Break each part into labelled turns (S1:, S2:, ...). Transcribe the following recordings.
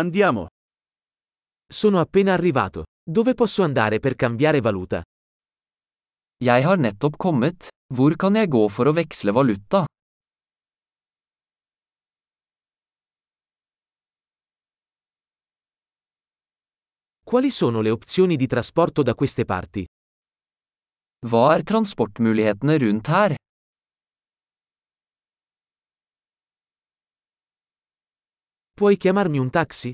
S1: Andiamo.
S2: Sono appena arrivato. Dove posso andare per cambiare valuta?
S3: Jeg har nettopp kommet. Hvor kan jeg gå for å veksle valuta?
S2: Quali sono le opzioni di trasporto da queste parti?
S3: Hva er transportmulighetene rundt her?
S2: Puoi chiamarmi un taxi?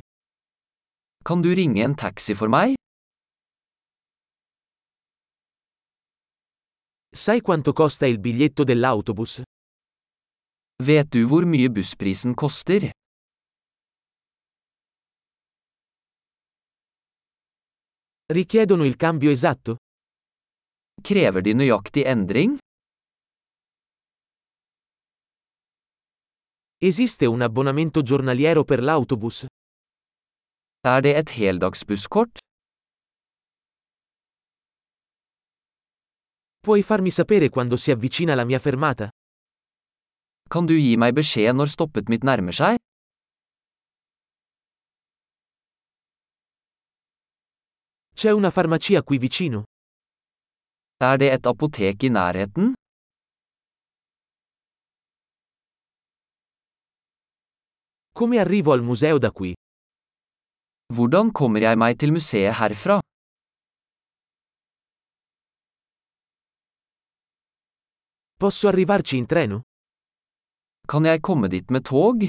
S3: Kan du ringe en taxi for meg?
S2: Sai quanto costa il biglietto dell'autobus?
S3: Vet du hvor mye bussprisen koster?
S2: Richiedono il cambio esatto?
S3: Krever de nøyaktig endring?
S2: Esiste un abbonamento giornaliero per l'autobus?
S3: Er det et heldagsbusskort?
S2: Puoi farmi sapere quando si avvicina la mia fermata?
S3: Kan du gi meg beskjed når stoppet mitt nærmer seg?
S2: C'è una farmacia qui vicino?
S3: Er det et apotek i nærheten?
S2: Come arrivo al museo da qui?
S3: Hvordan kommer jeg meg til museet herfra?
S2: Posso arrivarci in treno?
S3: Kan jeg komme dit med tog?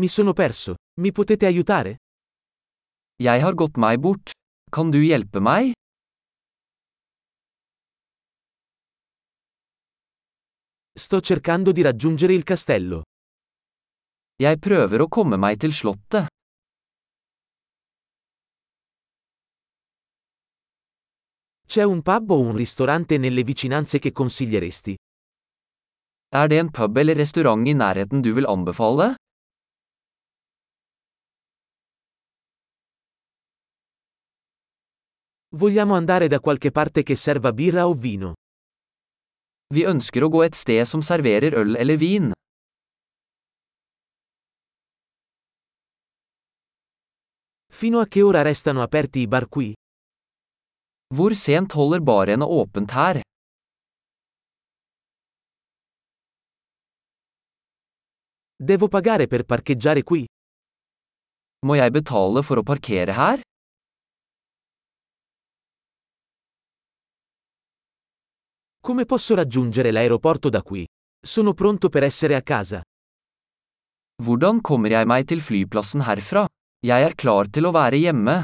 S2: Mi sono perso. Mi potete aiutare?
S3: Jeg har gått meg bort. Kan du hjelpe meg?
S2: Sto cercando di raggiungere il castello.
S3: Jeg prøver å komme meg til slottet.
S2: C'è un pub o un ristorante nelle vicinanze che consiglieresti?
S3: Er det en pub eller restaurant i nærheten du vil anbefale?
S2: Vogliamo andare da qualche parte che serva birra o vino.
S3: Vi ønsker å gå et sted som serverer øl eller vin.
S2: Fino a che ora restano aperti i bar qui?
S3: Hvor sent holder barene åpent her?
S2: Devo pagare per parcheggiare qui?
S3: Må jeg betale for å parkere her?
S2: Come posso raggiungere l'aeroporto da qui? Sono pronto per essere a casa.
S3: Hvordan kommer jeg meg til flyplassen herfra? Jeg er klar til å være hjemme.